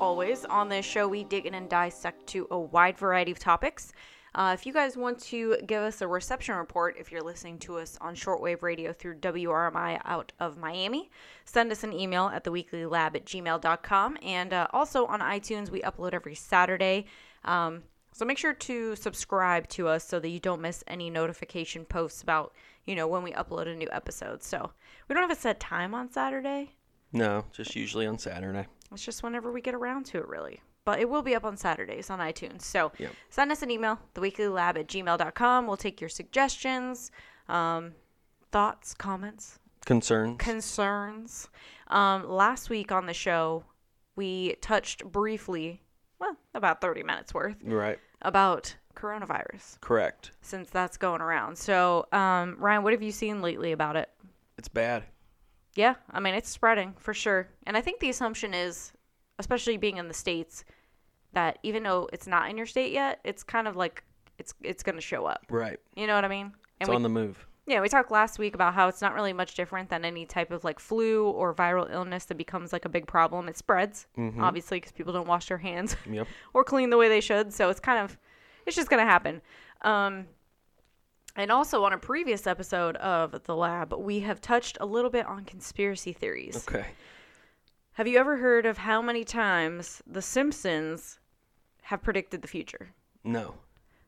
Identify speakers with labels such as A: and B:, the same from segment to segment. A: on this show, we dig in and dissect to a wide variety of topics. Uh, if you guys want to give us a reception report, if you're listening to us on shortwave radio through WRMI out of Miami, send us an email at theweeklylab at gmail.com. And uh, also on iTunes, we upload every Saturday. Um, so make sure to subscribe to us so that you don't miss any notification posts about, you know, when we upload a new episode. So we don't have a set time on Saturday.
B: No, just usually on Saturday.
A: It's just whenever we get around to it, really. But it will be up on Saturdays on iTunes. So send us an email, theweeklylab at gmail.com. We'll take your suggestions, um, thoughts, comments,
B: Concerns.
A: concerns. Um, last week on the show, we touched briefly, well, about 30 minutes worth,
B: right.
A: about coronavirus
B: Correct.
A: since that's going around. So, um, Ryan, what have you seen lately about it?
B: It's bad.
A: Yeah, I mean, it's spreading for sure. And I think the assumption is, especially being in the States, that even though it's not in your state yet, it's kind of like it's it's going to show up.
B: Right.
A: You know what I mean?
B: It's
A: And we,
B: on the move.
A: yeah, we talked last week about how it's not really much different than any type of like flu or viral illness that becomes like a big problem. It spreads, obviously, because people don't wash their hands
B: Yep.
A: or clean the way they should. So it's kind of, it's just going to happen. Um, and also on a previous episode of The Lab, we have touched a little bit on conspiracy theories.
B: Okay.
A: Have you ever heard of how many times The Simpsons have predicted the future?
B: No.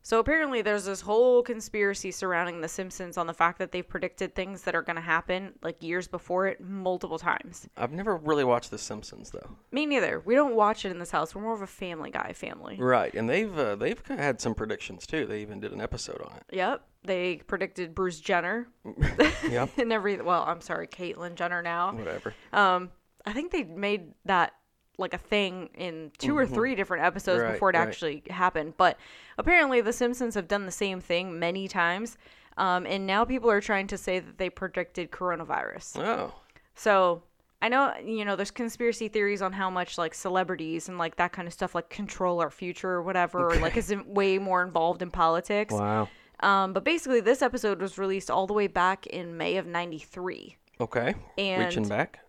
A: So apparently, there's this whole conspiracy surrounding The Simpsons on the fact that they've predicted things that are going to happen like years before it multiple times.
B: I've never really watched The Simpsons though.
A: Me neither. We don't watch it in this house. We're more of a family guy family.
B: Right. And they've uh, they've kinda had some predictions too. They even did an episode on
A: Yep. They predicted Bruce Jenner
B: it. yep.
A: and every, well, I'm sorry, Caitlyn Jenner now.
B: Whatever.
A: Um, I think they made that like a thing in 2 or three different episodes
B: Mm-hmm. Right,
A: before it
B: right.
A: actually happened. But apparently, The Simpsons have done the same thing many times. Um, and now people are trying to say that they predicted coronavirus.
B: Oh.
A: So I know you know there's conspiracy theories on how much like celebrities and like that kind of stuff like control our future or whatever, or like is in- way more involved in politics.
B: Wow.
A: Um, but basically, this episode was released all the way back in May of '93.
B: Okay.
A: And-
B: Reaching back.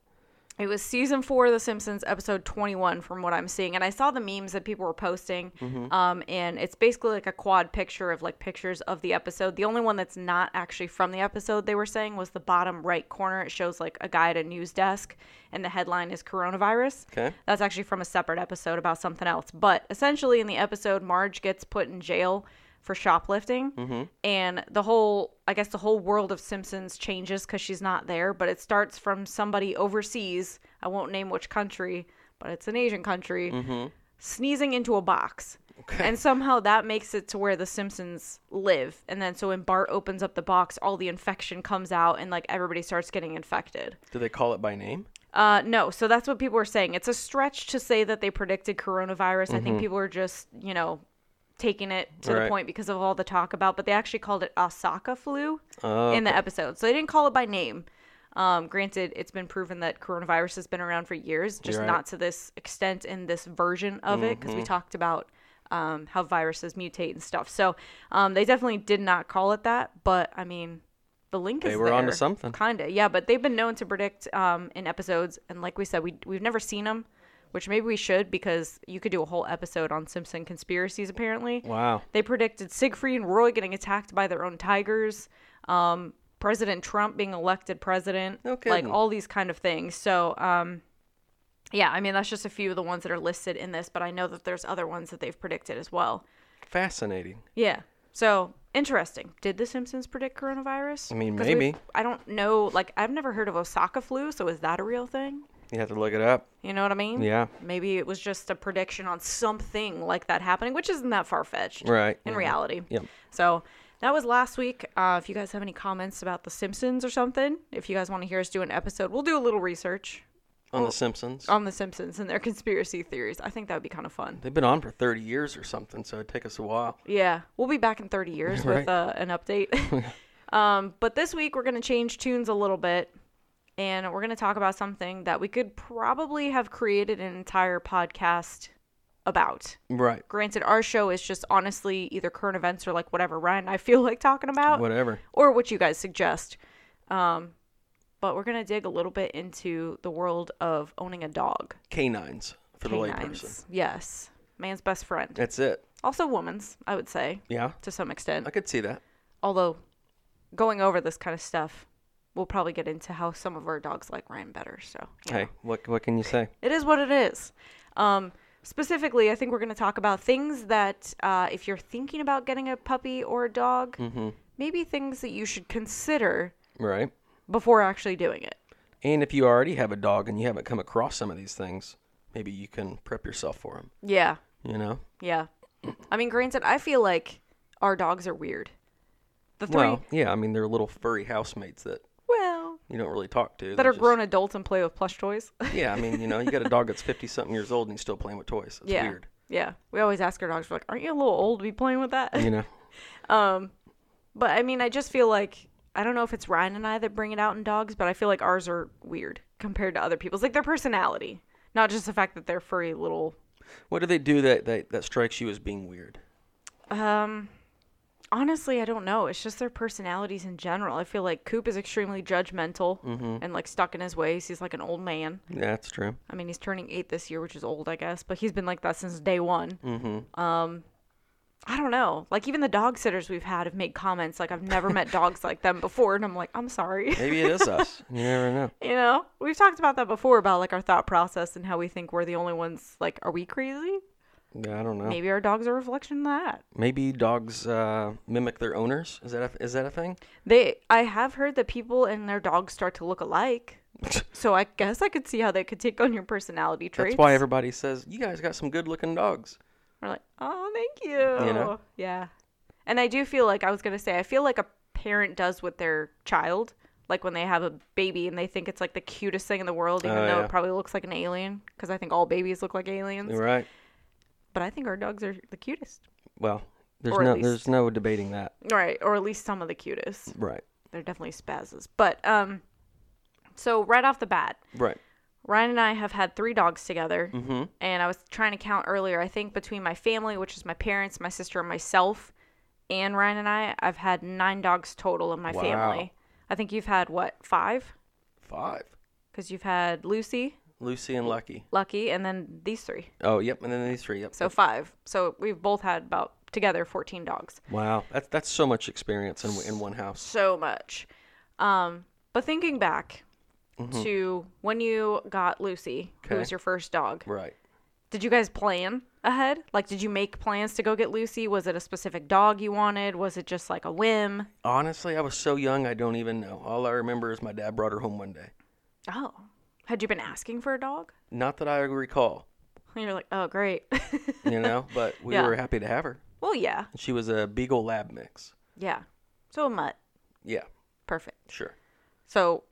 A: It was season four of The Simpsons, episode 21, from what I'm seeing. And I saw the memes that people were posting. Um, and it's basically like a quad picture of like pictures of the episode. The only one that's not actually from the episode, they were saying, was the bottom right corner. It shows like a guy at a news desk, and the headline is coronavirus.
B: Okay.
A: That's actually from a separate episode about something else. But essentially, in the episode, Marge gets put in jail for shoplifting, and the whole, I guess, the whole world of Simpsons changes because she's not there. But it starts from somebody overseas. I won't name which country, but it's an Asian country. Sneezing into a box. And somehow that makes it to where the Simpsons live. And then, so when Bart opens up the box, all the infection comes out, and like everybody starts getting infected.
B: Do they call it by name?
A: Uh, no. So that's what people are saying. It's a stretch to say that they predicted coronavirus. I think people are just, you know, taking it to the
B: Mm-hmm. Right.
A: point because of all the talk about, but they actually called it Osaka flu
B: Oh,
A: in the episode. So they didn't call it by name. Um, granted, it's been proven that coronavirus has been around for years, just
B: You're right. Mm-hmm.
A: not to this extent in this version of it, because we talked about um, how viruses mutate and stuff. So um, they definitely did not call it that, but I mean, the link is
B: They were onto
A: there,
B: something.
A: kinda yeah. But they've been known to predict um, in episodes, and like we said, we we've never seen them, which maybe we should because you could do a whole episode on Simpson conspiracies apparently.
B: Wow.
A: They predicted Siegfried and Roy getting attacked by their own tigers, um, President Trump being elected president,
B: No
A: like
B: kidding.
A: all these kind of things. So, um, yeah, I mean that's just a few of the ones that are listed in this, but I know that there's other ones that they've predicted as well.
B: Fascinating.
A: Yeah. So interesting. Did The Simpsons predict coronavirus?
B: I mean,
A: 'Cause we've-
B: maybe.
A: I don't know. Like I've never heard of Osaka flu, so is that a real thing?
B: You have to look it up.
A: You know what I mean?
B: Yeah.
A: Maybe it was just a prediction on something like that happening, which isn't that far fetched
B: Right.
A: in
B: yeah.
A: reality.
B: Yep.
A: So that was last week. Uh, if you guys have any comments about The Simpsons or something, if you guys want to hear us do an episode, we'll do a little research
B: On The Simpsons.
A: on The Simpsons and their conspiracy theories. I think that would be kind of fun.
B: They've been on for 30 years or something, so it'd take us a while.
A: Yeah, we'll be back in 30 years with
B: Right.
A: uh, an update. um, but this week we're going to change tunes a little bit and we're going to talk about something that we could probably have created an entire podcast about.
B: Right.
A: Granted, our show is just honestly either current events or like whatever Ryan and I feel like talking about.
B: Whatever.
A: or what you guys suggest. Um, but we're gonna dig a little bit into the world of owning a dog.
B: Canines. for the
A: canines.
B: layperson.
A: Yes. Man's best friend.
B: That's it.
A: Also woman's, I would say,
B: Yeah,
A: to some extent.
B: I could see that.
A: Although going over this kind of stuff, we'll probably get into how some of our dogs like Ryan better, so you know.
B: Hey, what what can you say?
A: It is what it is. Um, specifically, I think we're going to talk about things that uh, if you're thinking about getting a puppy or a dog, maybe things that you should consider
B: Right.
A: before actually doing it.
B: And if you already have a dog and you haven't come across some of these things, maybe you can prep yourself for them.
A: Yeah,
B: You know.
A: yeah. I mean, granted, I feel like our dogs are weird. The three, well,
B: Well, yeah. I mean, they're little furry housemates that you don't really talk to.
A: that are grown adults and play with plush toys.
B: Yeah, I mean, you know, you got a dog that's fifty something years old and he's still playing with toys. It's
A: yeah,
B: weird.
A: yeah. We always ask our dogs, we're like, "Aren't you a little old to be playing with that?"
B: You know.
A: But I mean, I just feel like I don't know if it's Ryan and I that bring it out in dogs, but I feel like ours are weird compared to other people's, like their personality, not just the fact that they're furry little.
B: What do they do that that, that strikes you as being weird?
A: Um, honestly, I don't know. It's just their personalities in general. I feel like Coop is extremely judgmental and like stuck in his ways. He's like an old man.
B: Yeah, that's true.
A: I mean, he's turning eight this year, which is old, I guess, but he's been like that since day one. Mm-hmm. Um, I don't know. Like even the dog sitters we've had have made comments like I've never met dogs like them before, and I'm like, I'm sorry.
B: Maybe it is us. You never know.
A: You know, we've talked about that before about like our thought process and how we think we're the only ones. Like, are we
B: Oh.
A: crazy?
B: Yeah, I don't know. Maybe,
A: Maybe our dogs are a reflection of that.
B: dogs uh, mimic their owners. Is that a, is that a thing?
A: They, I have heard that people and their dogs start to look alike. so I guess I could see how they could take on your personality traits.
B: That's why everybody says you guys got some good looking dogs.
A: we're like, oh, thank you.
B: You know?
A: Yeah. And I do feel like I was gonna say I feel like a parent does with their child, like when they have a baby and they think it's like the cutest thing in the world, even
B: Oh,
A: though
B: yeah.
A: it probably looks like an alien. Because I think all babies look like aliens.
B: You're right.
A: But I think our dogs are the cutest.
B: Well, there's
A: Or at
B: no
A: least-
B: there's no debating that.
A: Right, or at least some of the cutest.
B: Right.
A: They're definitely spazzes. But um so right off the bat,
B: Right.
A: Ryan and I have had three dogs together.
B: Mm-hmm.
A: And I was trying to count earlier, I think between my family, which is my parents, my sister, and myself, and Ryan and I, I've had nine dogs total in my
B: Wow.
A: family. I think you've had what, five?
B: Five.
A: Because you've had Lucy,
B: Lucy and Lucky.
A: Lucky, and then these three.
B: Oh, yep. And then these three. Yep.
A: So five. So we've both had about together 14 dogs.
B: wow, that's that's so much experience in in one house.
A: so much. Um, but thinking back to when you got Lucy, who was
B: Mm-hmm. Okay.
A: your first dog,
B: Right.
A: did you guys plan ahead? Like, did you make plans to go get Lucy? Was it a specific dog you wanted? Was it just like a whim?
B: Honestly, I was so young, I don't even know. All I remember is my dad brought her home one day.
A: Oh, had you been asking for a dog?
B: Not that I recall,
A: And you're like, oh, great.
B: you know, but we
A: Yeah.
B: were happy to have her.
A: well, yeah,
B: She was a Beagle Lab mix.
A: yeah. So a mutt,
B: Yeah,
A: perfect.
B: sure.
A: So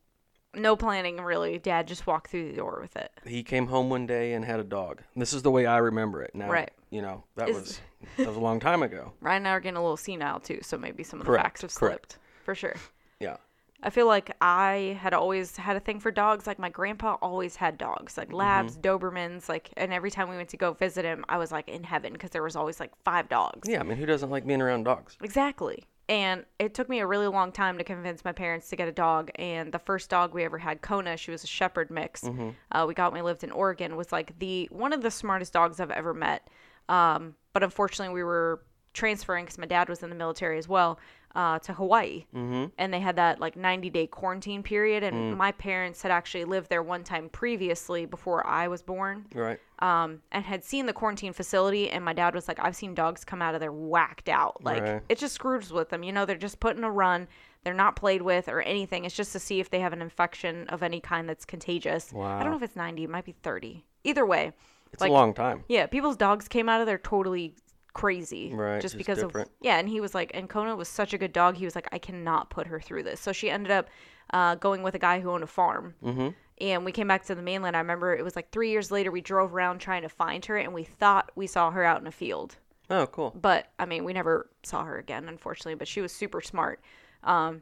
A: no planning really. Dad just walked through the door with it.
B: He came home one day and had a dog. This is the way I remember it. Now,
A: Right.
B: You know, that
A: Is-
B: was that was a long time ago.
A: Ryan and I are getting a little senile too, so maybe some of the
B: Correct,
A: facts have
B: correct.
A: slipped for sure.
B: Yeah.
A: I feel like I had always had a thing for dogs. Like my grandpa always had dogs, like labs, Dobermans, like. And every time we went to go visit him, I was like in heaven because there was always like five dogs.
B: Yeah. I mean, who doesn't like being around dogs?
A: Exactly. And it took me a really long time to convince my parents to get a dog. And the first dog we ever had, Kona, she was a shepherd mix. Uh, we got when we lived in Oregon. Was like the one of the smartest dogs I've ever met. Um, but unfortunately, we were transferring because my dad was in the military as well uh, to Hawaii, mm-hmm. and they had that like 90 day quarantine period. And my parents had actually lived there one time previously before I was born
B: Right.
A: um, and had seen the quarantine facility. And my dad was like, I've seen dogs come out of there whacked out. Like,
B: Right.
A: it just screws with them. You know, they're just put in a run. They're not played with or anything. It's just to see if they have an infection of any kind that's contagious. I don't
B: Wow.
A: know if it's 90, it might be 30. Either way,
B: It's
A: like-
B: a long time.
A: yeah, people's dogs came out of there totally crazy.
B: Right,
A: Just
B: just
A: because
B: different.
A: of. Yeah, and he was like, and Kona was such a good dog. He was like, I cannot put her through this. So she ended up uh, going with a guy who owned a farm. Mm-hmm. And we came back to the mainland. I remember it was like three years later, we drove around trying to find her, and we thought we saw her out in a field.
B: Oh, cool.
A: But I mean, we never saw her again, unfortunately, but she was super smart. Um,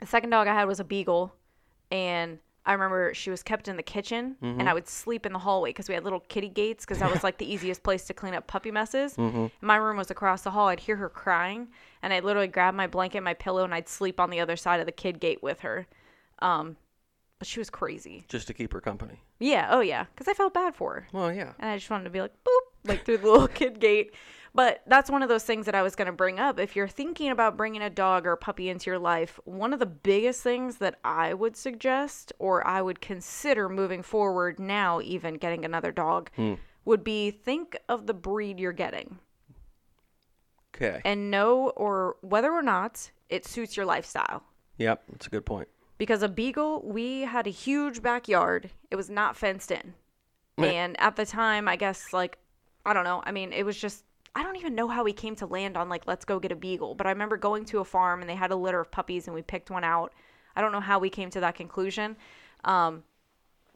A: the second dog I had was a beagle, and I remember she was kept in the kitchen, and I would sleep in the hallway because we had little kitty gates because that was like the easiest place to clean up puppy messes. And My room was across the hall. I'd hear her crying, and I'd literally grab my blanket, my pillow, and I'd sleep on the other side of the kid gate with her. Um, But she was crazy.
B: just to keep her company.
A: Yeah. Oh yeah. Because I felt bad for her.
B: Well, yeah.
A: and I just wanted to be like boop, like through the little kid gate. But that's one of those things that I was going to bring up. If you're thinking about bringing a dog or a puppy into your life, one of the biggest things that I would suggest or I would consider moving forward now, even getting another dog, would be think of the breed you're getting
B: Okay.
A: and know or whether or not it suits your lifestyle.
B: Yep, that's a good point.
A: because a beagle we had a huge backyard it was not fenced in
B: Meh.
A: and at the time i guess like i don't know i mean it was just i don't even know how we came to land on like let's go get a beagle but i remember going to a farm and they had a litter of puppies and we picked one out i don't know how we came to that conclusion um,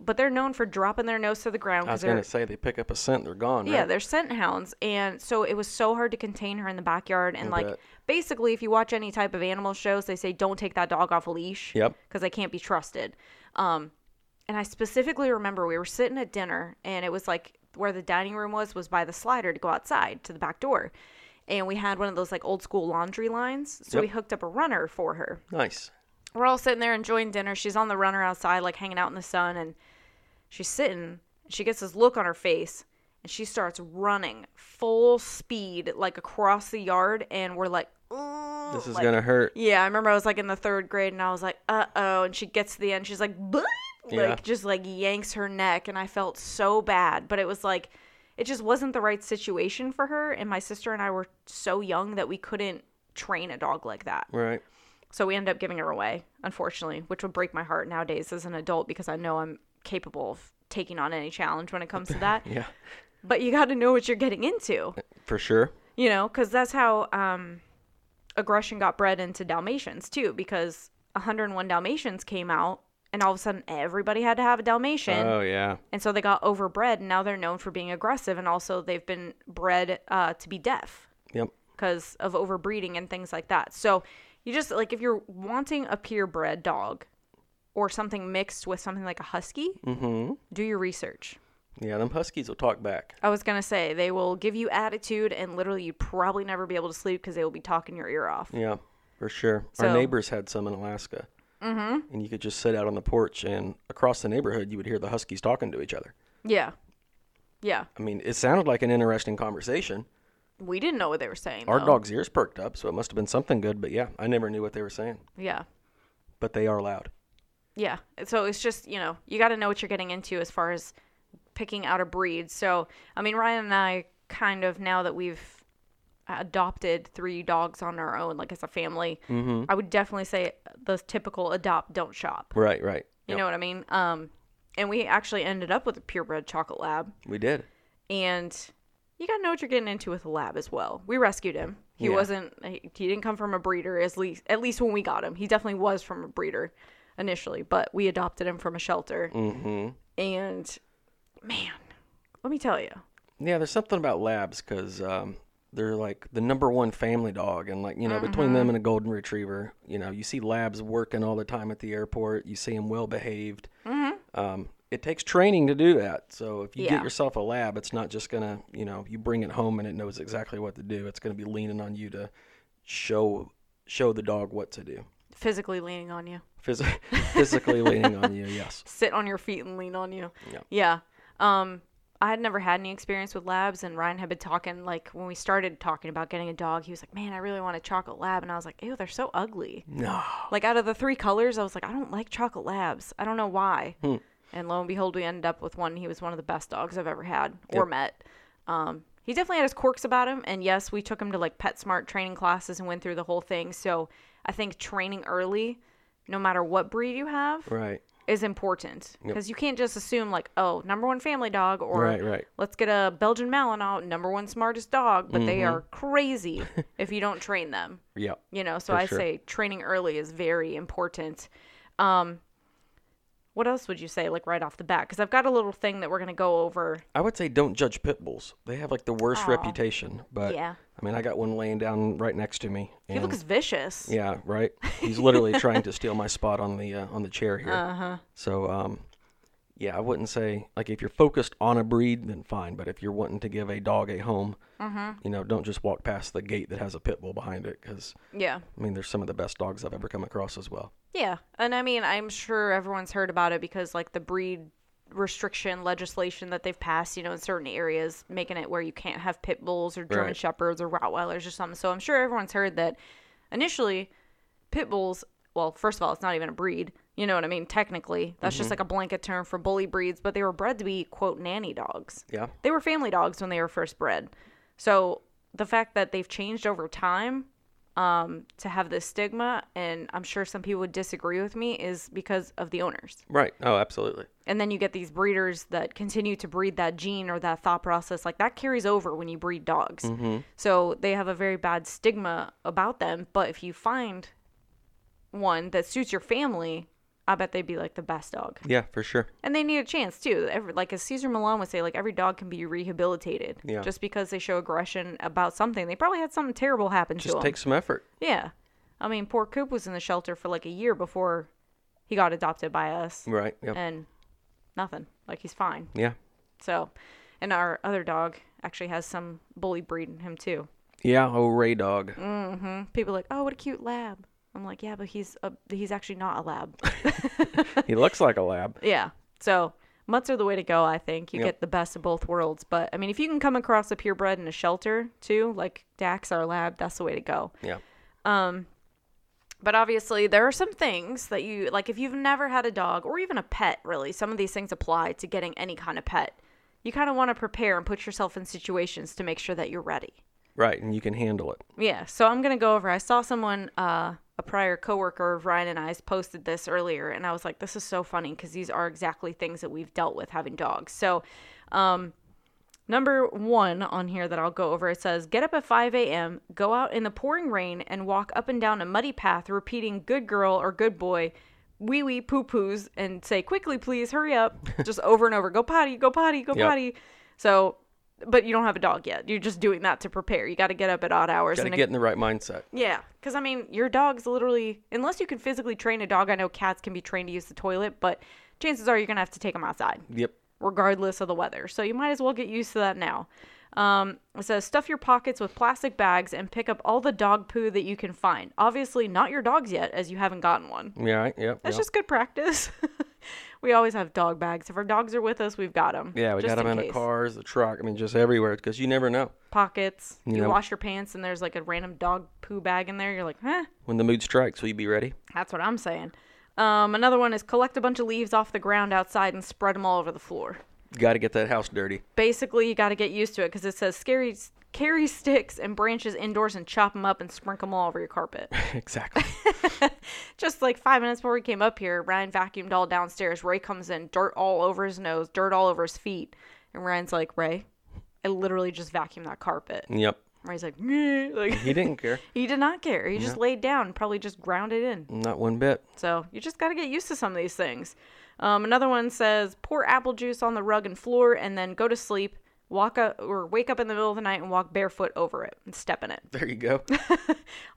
A: but they're known for dropping their nose to the ground
B: I was
A: because
B: gonna
A: they're
B: say they pick up a scent, they're gone.
A: yeah,
B: Right?
A: they're scent hounds, and so it was so hard to contain her in the backyard. And like,
B: bet.
A: basically, if you watch any type of animal shows, they say don't take that dog off a leash.
B: Yep.
A: Because they can't be trusted. Um, and I specifically remember we were sitting at dinner, and it was like where the dining room was was by the slider to go outside to the back door, and we had one of those like old school laundry lines, so
B: Yep.
A: we hooked up a runner for her
B: Nice.
A: we're all sitting there enjoying dinner. She's on the runner outside, like hanging out in the sun, and she's sitting. She gets this look on her face, and she starts running full speed, like across the yard. And we're like, "Ooh,"
B: This is
A: Oh, like-
B: gonna hurt.
A: Yeah, I remember I was like in the third grade, and I was like, "Uh oh!" And she gets to the end, she's like, "Bleep," like
B: Yeah.
A: just like yanks her neck, and I felt so bad. But it was like, it just wasn't the right situation for her. And my sister and I were so young that we couldn't train a dog like that.
B: Right.
A: So we ended up giving her away, unfortunately, which would break my heart nowadays as an adult because I know I'm capable of taking on any challenge when it comes to that.
B: Yeah.
A: But you got to know what you're getting into,
B: For sure.
A: you know, because that's how um, aggression got bred into Dalmatians too, because 101 Dalmatians came out and all of a sudden everybody had to have a Dalmatian.
B: Oh yeah.
A: and so they got overbred and now they're known for being aggressive and also they've been bred uh, to be deaf
B: Yep.
A: because of overbreeding and things like that. So you just like if you're wanting a purebred dog or something mixed with something like a husky,
B: Mm-hmm.
A: do your research.
B: Yeah, them huskies will talk back.
A: I was gonna say they will give you attitude and literally you probably never be able to sleep because they will be talking your ear off.
B: Yeah, for sure. Our
A: So-
B: neighbors had some in Alaska. Mm-hmm. And you could just sit out on the porch, and across the neighborhood, you would hear the huskies talking to each other.
A: Yeah. Yeah.
B: I mean, it sounded like an interesting conversation.
A: We didn't know what they were saying.
B: Our
A: though.
B: dog's ears perked up, so it must have been something good. But yeah, I never knew what they were saying.
A: Yeah.
B: But they are loud.
A: Yeah. So it's just, you know, you got to know what you're getting into as far as picking out a breed. So, I mean, Ryan and I kind of, now that we've adopted three dogs on our own, like as a family,
B: Mm-hmm.
A: I would definitely say the typical adopt, don't shop.
B: Right, right.
A: You
B: Yep,
A: know what I mean? Um, and we actually ended up with a purebred chocolate lab.
B: we did.
A: And you got to know what you're getting into with a lab as well. We rescued him. He
B: Yeah.
A: wasn't, he he didn't come from a breeder, at least, at least when we got him. He definitely was from a breeder initially, but we adopted him from a shelter
B: Mm-hmm.
A: and man, let me tell you.
B: Yeah, there's something about labs because um, they're like the number one family dog, and like you know, between them and a golden retriever, you know, you see labs working all the time at the airport. You see them well behaved. Um, it takes training to do that. So if you
A: Yeah.
B: get yourself a lab, it's not just gonna you know you bring it home and it knows exactly what to do. It's gonna be leaning on you to show show the dog what to do.
A: Physically leaning on you.
B: Phys- physically leaning on you, yes.
A: Sit on your feet and lean on you.
B: Yeah.
A: Yeah. Um I had never had any experience with labs and Ryan had been talking like when we started talking about getting a dog, he was like, Man, I really want a chocolate lab and I was like, Ew, they're so ugly.
B: No,
A: Like out of the three colors, I was like, I don't like chocolate labs. I don't know why.
B: Hmm.
A: And lo and behold, we ended up with one. He was one of the best dogs I've ever had or met. Um, he definitely had his quirks about him. And yes, we took him to like PetSmart training classes and went through the whole thing. So I think training early, no matter what breed you have,
B: right,
A: is important because you can't just assume like, oh, number one family dog or
B: right, right.
A: let's get a Belgian Malinois, number one smartest dog. But
B: Mm-hmm.
A: they are crazy if you don't train them
B: Yeah,
A: you know so
B: For
A: i
B: sure.
A: say training early is very important um what else would you say like right off the bat because i've got a little thing that we're going to go over
B: I would say don't judge pit bulls. They have like the worst reputation. But
A: Yeah.
B: I mean, I got one laying down right next to me.
A: he
B: And,
A: looks vicious
B: yeah,
A: Uh-huh.
B: right. He's literally trying to steal my spot on the uh, on the chair here. Uh huh. So um, yeah, I wouldn't say like if you're focused on a breed, then fine. But if you're wanting to give a dog a home,
A: Mm-hmm.
B: you know, don't just walk past the gate that has a pit bull behind it because
A: Yeah.
B: I mean, there's some of the best dogs I've ever come across as well.
A: Yeah. And I mean, I'm sure everyone's heard about it because, like, the breed restriction legislation that they've passed, you know, in certain areas, making it where you can't have pit bulls or German
B: Right.
A: Shepherds or Rottweilers or something. So I'm sure everyone's heard that initially, pit bulls, well, first of all, it's not even a breed. You know what I mean? Technically, that's just like a blanket term for bully breeds, but they were bred to be, quote, nanny dogs
B: Yeah,
A: they were family dogs when they were first bred. So the fact that they've changed over time um, to have this stigma, and I'm sure some people would disagree with me, is because of the owners.
B: right. Oh, absolutely.
A: And then you get these breeders that continue to breed that gene or that thought process. Like that carries over when you breed dogs. So they have a very bad stigma about them. But if you find one that suits your family, I bet they'd be like the best dog.
B: Yeah, for sure.
A: And they need a chance too. Every, like as Caesar Milan would say, like every dog can be rehabilitated.
B: Yeah.
A: Just because they show aggression about something, they probably had something terrible happen to
B: Just
A: them.
B: take some effort.
A: yeah. I mean, poor Coop was in the shelter for like a year before he got adopted by us,
B: Right. Yeah.
A: and nothing. Like he's fine.
B: yeah.
A: So, and our other dog actually has some bully breed in him too.
B: Yeah. Oh, Ray Dog.
A: Mm. People are like, oh, what a cute lab. I'm like, yeah, but he's a, he's actually not a lab.
B: he looks like a lab.
A: Yeah. So mutts are the way to go, I think. You
B: Yep.
A: get the best of both worlds. But I mean, if you can come across a purebred in a shelter too, like Dax, our lab, that's the way to go.
B: Yeah.
A: But obviously, there are some things that you like if you've never had a dog or even a pet, really, some of these things apply to getting any kind of pet. You kind of want to prepare and put yourself in situations to make sure that you're ready.
B: Right. And you can handle it.
A: Yeah, so I'm gonna go over. I saw someone, uh, a prior coworker of Ryan and I's, posted this earlier, and I was like, "This is so funny" because these are exactly things that we've dealt with having dogs. So, um, number one on here that I'll go over it says, "Get up at 5 a.m., go out in the pouring rain, and walk up and down a muddy path, repeating good girl or good boy." Wee wee poo poos and say quickly, please hurry up, just over and over. Go potty, go potty, go
B: Yep.
A: potty. So, but you don't have a dog yet. You're just doing that to prepare. You got to get up at odd hours
B: Got to
A: and
B: get in the right mindset.
A: yeah, because I mean, your dog's literally, unless you can physically train a dog, I know cats can be trained to use the toilet, but chances are you're going to have to take them outside,
B: Yep.
A: regardless of the weather. So you might as well get used to that now. Um, it says, stuff your pockets with plastic bags and pick up all the dog poo that you can find. Obviously, not your dog's yet, as you haven't gotten one.
B: Yeah. Right. Yep.
A: That's
B: yep.
A: just good practice. we always have dog bags. If our dogs are with us, we've got them.
B: yeah. We
A: just
B: got them in the
A: case.
B: cars, the truck. I mean, just everywhere because you never know
A: Pockets. You
B: Yeah.
A: wash your pants and there's like a random dog poo bag in there. You're like, huh?
B: when the mood strikes. Will you be ready?
A: That's what I'm saying. Um, another one is collect a bunch of leaves off the ground outside and spread them all over the floor.
B: Got to get that house dirty.
A: Basically, you got to get used to it because it says scary, carry sticks and branches indoors and chop them up and sprinkle them all over your carpet.
B: exactly.
A: Just like five minutes before we came up here, Ryan vacuumed all downstairs. Ray comes in, dirt all over his nose, dirt all over his feet. And Ryan's like, Ray, I literally just vacuumed that carpet.
B: yep.
A: Ray's like, "Meh," like
B: He didn't care.
A: he did not care. He just laid down and probably just ground it in.
B: Not one bit.
A: So you just got to get used to some of these things. Um, another one says pour apple juice on the rug and floor and then go to sleep, walk up or wake up in the middle of the night and walk barefoot over it and step in it.
B: There you go.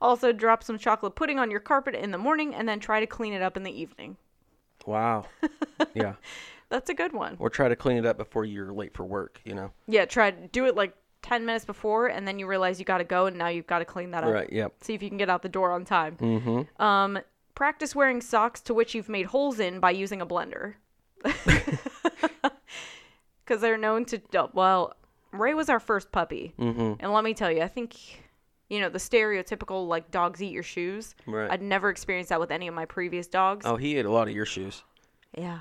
A: Also, drop some chocolate pudding on your carpet in the morning and then try to clean it up in the evening.
B: Wow. Yeah.
A: That's a good one.
B: Or try to clean it up before you're late for work, you know?
A: Yeah, try do it like 10 minutes before and then you realize you got to go and now you've got to clean that up.
B: Right. Yep.
A: See if you can get out the door on time. Mm-hmm. Um, practice wearing socks to which you've made holes in by using a blender. Because they're known to. oh, Well, Ray was our first puppy. Mm-hmm. And let me tell you, I think, you know, the stereotypical, like, dogs eat your shoes.
B: Right.
A: I'd never experienced that with any of my previous dogs.
B: Oh, he ate a lot of your shoes.
A: Yeah.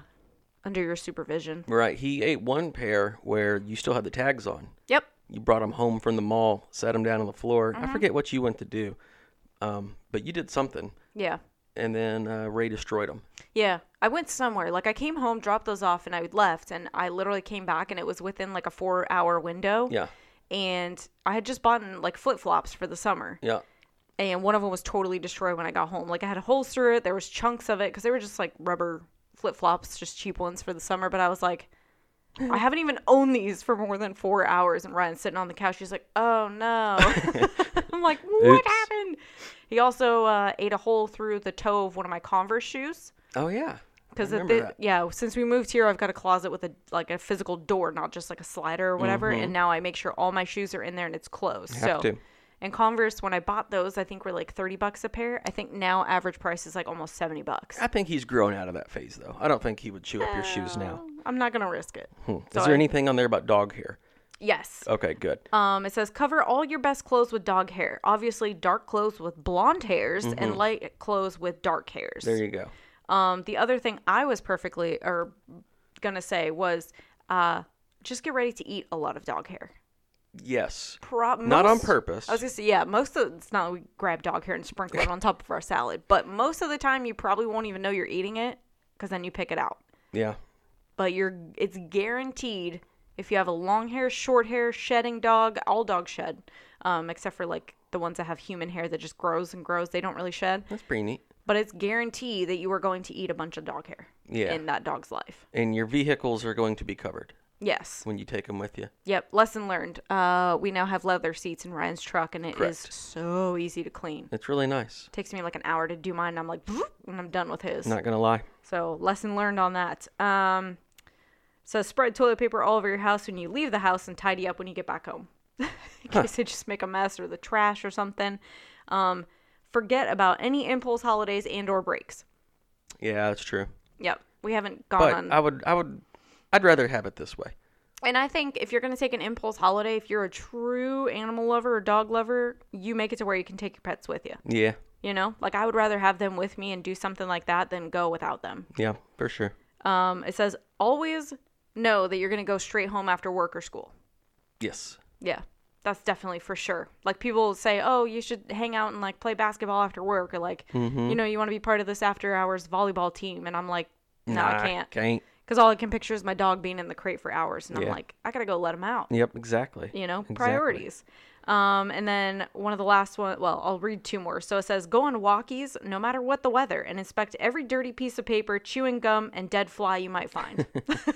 A: Under your supervision.
B: Right. He ate one pair where you still had the tags on.
A: Yep.
B: You brought him home from the mall, sat him down on the floor.
A: Mm-hmm.
B: I forget what you went to do, um, but you did something.
A: Yeah.
B: And then uh, Ray destroyed him.
A: Yeah. I went somewhere. Like I came home, dropped those off, and I left. And I literally came back, and it was within like a four-hour window.
B: Yeah.
A: And I had just bought like flip-flops for the summer,
B: Yeah.
A: and one of them was totally destroyed when I got home. Like I had a holes through it. There was chunks of it because they were just like rubber flip-flops, just cheap ones for the summer. But I was like, I haven't even owned these for more than four hours. And Ryan's sitting on the couch. He's like, Oh no. I'm like, What
B: Oops.
A: happened? He also uh, ate a hole through the toe of one of my Converse shoes
B: Oh, yeah.
A: because
B: remember that.
A: yeah, since we moved here, I've got a closet with a like a physical door, not just like a slider or whatever. And now I make sure all my shoes are in there and it's closed. so,
B: Mm-hmm. Have to.
A: and Converse, when I bought those, I think were like thirty bucks a pair. I think now average price is like almost seventy bucks.
B: I think he's grown out of that phase, though. I don't think he would chew up your shoes now.
A: I'm not gonna risk it.
B: Hmm. Is there anything on there about dog hair?
A: Yes.
B: Okay, good.
A: Um, it says cover all your best clothes with dog hair. Obviously, dark clothes with blonde hairs
B: Mm-hmm.
A: and light clothes with dark hairs.
B: There you go.
A: Um, the other thing I was perfectly or gonna say was, uh, just get ready to eat a lot of dog hair.
B: Yes.
A: Pro-
B: Not on
A: most-
B: purpose.
A: I was gonna say yeah, most of it's not we grab dog hair and sprinkle it on top of our salad, but most of the time you probably won't even know you're eating it because then you pick it out.
B: Yeah.
A: But you're it's guaranteed if you have a long hair, short hair, shedding dog, all dogs shed, um, except for like the ones that have human hair that just grows and grows. They don't really shed,
B: That's pretty neat.
A: but it's guaranteed that you are going to eat a bunch of dog hair
B: Yeah.
A: in that dog's life.
B: And your vehicles are going to be covered
A: Yes.
B: when you take them with you.
A: Yep. Lesson learned. Uh, we now have leather seats in Ryan's truck, and it is
B: Correct.
A: so easy to clean.
B: It's really nice.
A: takes me like an hour to do mine. And I'm like, "Vroom," and I'm done with his.
B: Not gonna lie.
A: So lesson learned on that. Um, so spread toilet paper all over your house when you leave the house, and tidy up when you get back home, in case they just make a mess or the trash or something. Um, forget about any impulse holidays and or breaks.
B: Yeah, that's true.
A: Yep, we haven't gone
B: But
A: on.
B: I would, I would, I'd rather have it this way.
A: and I think if you're gonna take an impulse holiday, if you're a true animal lover or dog lover, you make it to where you can take your pets with you.
B: Yeah.
A: You know, like I would rather have them with me and do something like that than go without them.
B: Yeah, for sure.
A: Um, it says always know that you're going to go straight home after work or school.
B: Yes.
A: Yeah, that's definitely for sure. Like people say, oh, you should hang out and like play basketball after work, or like you know you want to be part of this after hours volleyball team, and I'm like, no, I can't,
B: Can't.
A: because all I can picture is my dog being in the crate for hours, and I'm
B: Yeah.
A: like, I gotta go let him out
B: Yep. Exactly.
A: you know
B: Exactly.
A: priorities um and then one of the last one well i'll read two more so it says go on walkies no matter what the weather and inspect every dirty piece of paper chewing gum and dead fly you might find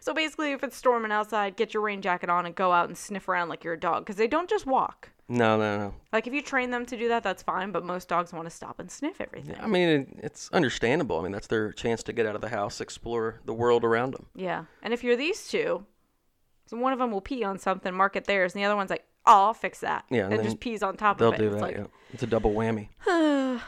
A: so basically if it's storming outside get your rain jacket on and go out and sniff around like you're a dog because they don't just walk
B: No, no, no.
A: like if you train them to do that that's fine but most dogs want to stop and sniff everything
B: I mean, it, it's understandable. I mean, that's their chance to get out of the house, explore the world around them.
A: Yeah. And if you're these two, so one of them will pee on something, mark it theirs, and the other one's like, oh, I'll fix that.
B: Yeah, and
A: And, just
B: then
A: pees on top
B: They'll
A: of it.
B: do
A: It's
B: that.
A: like,
B: yeah. It's a double whammy.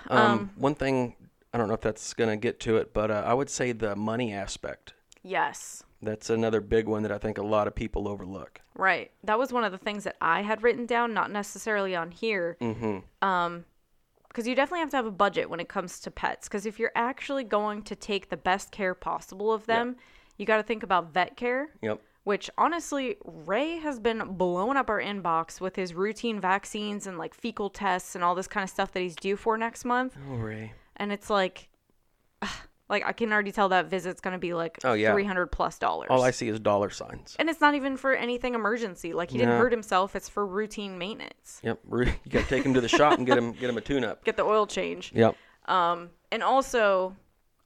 B: um, one thing I don't know if that's gonna get to it, but uh, I would say the money aspect.
A: Yes.
B: That's another big one that I think a lot of people overlook.
A: Right. That was one of the things that I had written down, not necessarily on here. Mm-hmm. Um, because you definitely have to have a budget when it comes to pets. Because if you're actually going to take the best care possible of them, you got to think about vet care.
B: Yep.
A: Which honestly, Ray has been blowing up our inbox with his routine vaccines and like fecal tests and all this kind of stuff that he's due for next month.
B: Oh, Ray.
A: And it's like, like I can already tell that visit's gonna be like
B: Oh, yeah.
A: three hundred plus dollars.
B: All I see is dollar signs.
A: And it's not even for anything emergency. Like he didn't
B: No.
A: hurt himself. It's for routine maintenance.
B: Yep. Ru- You gotta take him to the shop and get him get him a tune up.
A: Get the oil change.
B: Yep.
A: And also,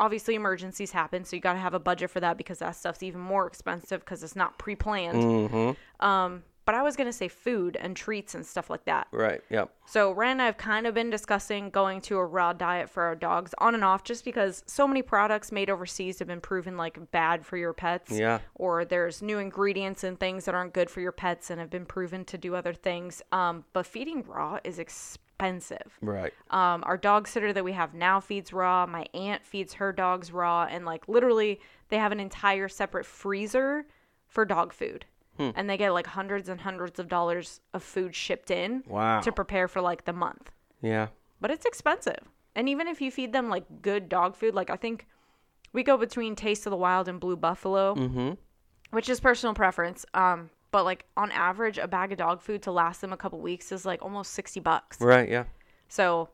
A: obviously, emergencies happen. So you got to have a budget for that because that stuff's even more expensive because it's not pre planned. Um, but I was going to say food and treats and stuff like that.
B: Right. Yep.
A: So Ren and I have kind of been discussing going to a raw diet for our dogs on and off just because so many products made overseas have been proven like bad for your pets.
B: Yeah.
A: Or there's new ingredients and things that aren't good for your pets and have been proven to do other things. Um, but feeding raw is expensive.
B: Right.
A: Um, our dog sitter that we have now feeds raw. My aunt feeds her dogs raw, and like literally, they have an entire separate freezer for dog food, and they get like hundreds and hundreds of dollars of food shipped in
B: Wow.
A: to prepare for like the month.
B: Yeah.
A: But it's expensive, and even if you feed them like good dog food, like I think we go between Taste of the Wild and Blue Buffalo,
B: Mm-hmm.
A: which is personal preference. Um, but like on average, a bag of dog food to last them a couple weeks is like almost sixty bucks.
B: Right. Yeah.
A: So,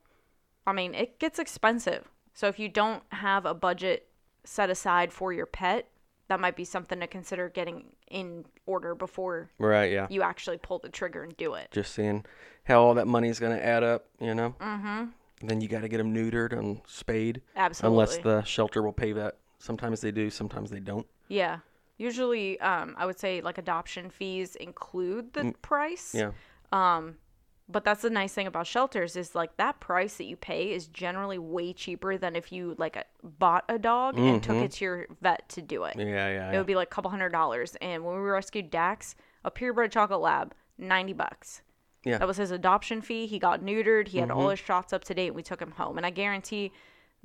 A: I mean, it gets expensive. So, if you don't have a budget set aside for your pet, that might be something to consider getting in order before
B: Right. Yeah.
A: you actually pull the trigger and do it.
B: Just seeing how all that money's gonna add up. You know. Mm-hmm. Then you gotta get them neutered and spayed. Unless
A: Absolutely.
B: the shelter will pay that. Sometimes they do. Sometimes they don't.
A: Yeah. Usually, um, I would say like adoption fees include the price.
B: Yeah.
A: But that's the nice thing about shelters is like that price that you pay is generally way cheaper than if you like a, bought a dog and took it to your vet to do it.
B: Yeah, yeah.
A: It
B: yeah.
A: would be like a couple hundred dollars. And when we rescued Dax, a purebred chocolate lab, ninety bucks.
B: Yeah. Mm-hmm.
A: That was his adoption fee. He got neutered. He had all his shots up to date. And we took him home. And I guarantee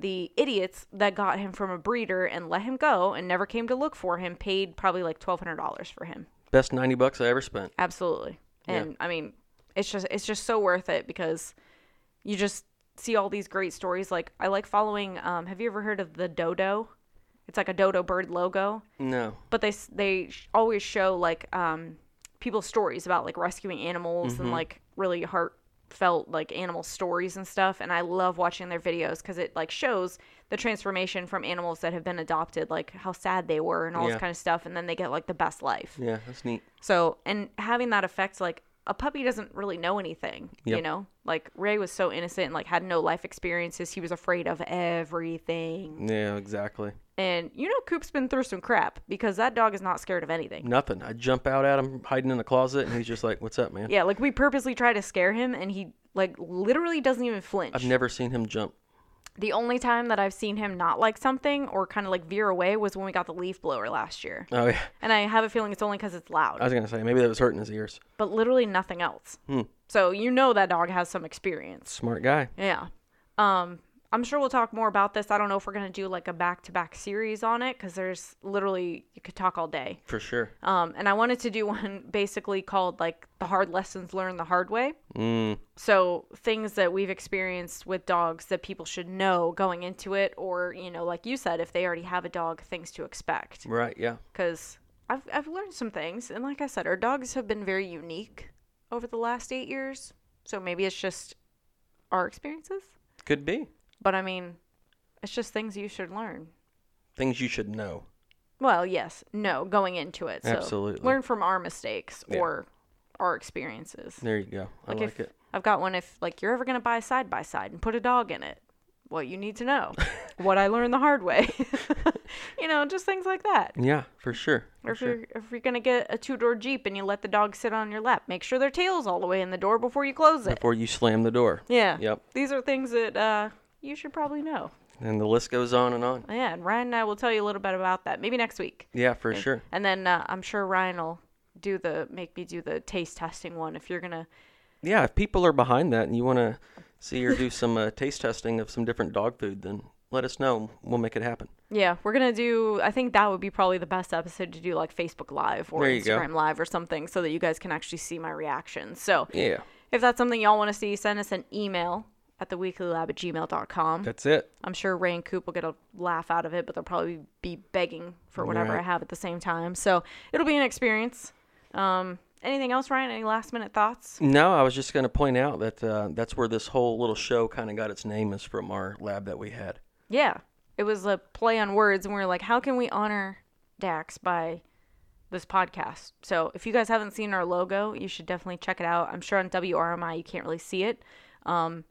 A: the idiots that got him from a breeder and let him go and never came to look for him paid probably like $1,200 for him.
B: Best 90 bucks I ever spent.
A: Absolutely. And I mean, it's just it's just so worth it because you just see all these great stories. Like I like following. Um, have you ever heard of the dodo? It's like a dodo bird logo
B: No.
A: but they s- they sh- always show like um people's stories about like rescuing animals
B: Mm-hmm.
A: and like really heartfelt like animal stories and stuff and i love watching their videos because it like shows the transformation from animals that have been adopted like how sad they were and all
B: Yeah.
A: this kind of stuff and then they get like the best life
B: Yeah, that's neat.
A: so and having that affect like a puppy doesn't really know anything you
B: Yep.
A: know like ray was so innocent and like had no life experiences he was afraid of everything
B: Yeah, exactly.
A: and you know coop's been through some crap because that dog is not scared of anything
B: Nothing. I jump out at him hiding in the closet and he's just like, "What's up, man?"
A: Yeah, like we purposely try to scare him, and he like literally doesn't even flinch.
B: I've never seen him jump.
A: the only time that I've seen him not like something or kind of like veer away was when we got the leaf blower last year.
B: Oh yeah.
A: And I have a feeling it's only because it's loud,
B: I was going to say maybe that was hurting his ears.
A: but literally nothing else. So you know that dog has some experience.
B: Smart guy.
A: Yeah. Um, I'm sure we'll talk more about this. I don't know if we're gonna do like a back to back series on it because there's literally you could talk all day.
B: For sure.
A: Um, and I wanted to do one basically called like the hard lessons learned the hard way.
B: Mm,
A: So things that we've experienced with dogs that people should know going into it, or you know, like you said, if they already have a dog, things to expect.
B: Right, yeah.
A: Because I've I've learned some things, and like I said, our dogs have been very unique over the last eight years. So maybe it's just our experiences,
B: Could be.
A: but I mean, it's just things you should learn.
B: Things you should know.
A: Well, yes, no, going into it. So
B: Absolutely.
A: learn from our mistakes or our experiences.
B: There you go. I like,
A: if,
B: it.
A: I've got one. If like you're ever gonna buy a side by side and put a dog in it, well, you need to know what I learned the hard way. you know, just things like that.
B: Yeah, for sure.
A: Or if you're if you're gonna get a two door jeep and you let the dog sit on your lap, make sure their tail's all the way in the door before you close it.
B: Before you slam the door.
A: Yeah.
B: Yep.
A: These are things that uh, you should probably know.
B: And the list goes on and on.
A: Yeah, and Ryan and I will tell you a little bit about that maybe next week.
B: Yeah, for sure.
A: And then uh, I'm sure Ryan will do the make me do the taste testing one if you're gonna.
B: Yeah, if people are behind that and you want to see or do some uh, taste testing of some different dog food, then let us know. We'll make it happen.
A: Yeah, we're gonna do. I think that would be probably the best episode to do like Facebook Live or
B: There you go.
A: Instagram Live or something, so that you guys can actually see my reaction. So
B: Yeah,
A: if that's something y'all want to see, send us an email at theweeklylab at gmail.com.
B: that's it.
A: I'm sure Ray and Coop will get a laugh out of it, but they'll probably be begging for whatever
B: Right.
A: I have at the same time. So it'll be an experience. Um, anything else, Ryan? Any last minute thoughts?
B: No, I was just going to point out that uh, that's where this whole little show kind of got its name is from our lab that we had.
A: Yeah. It was a play on words, and we were like, how can we honor Dax by this podcast? So if you guys haven't seen our logo, you should definitely check it out. I'm sure on WRMI you can't really see it. Um,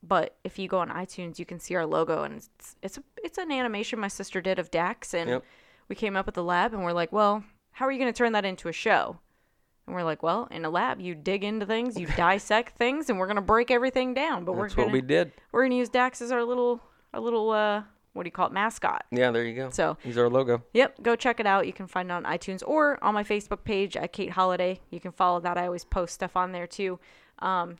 A: but if you go on iTunes, you can see our logo, and it's it's, a, it's an animation my sister did of Dax, and
B: Yep.
A: we came up with the lab, and we're like, well, how are you going to turn that into a show? And we're like, well, in a lab, you dig into things, you dissect things, and we're going to break everything down. But
B: That's
A: we're
B: what
A: gonna,
B: we did.
A: we're gonna use Dax as our little our little uh what do you call it mascot.
B: Yeah, there you go.
A: So
B: He's our logo.
A: yep, go check it out. You can find it on iTunes or on my Facebook page at Kate Holiday. You can follow that. I always post stuff on there too. Um,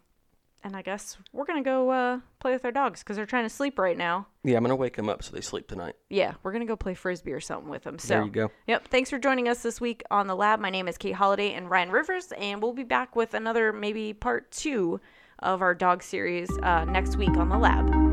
A: and I guess we're gonna go uh, play with our dogs because they're trying to sleep right now.
B: Yeah, I'm going to wake them up so they sleep tonight.
A: Yeah, we're gonna go play frisbee or something with them. So
B: There you go.
A: Yep. Thanks for joining us this week on the lab. My name is Kate Holiday and Ryan Rivers, and we'll be back with another maybe part two of our dog series uh, next week on the lab.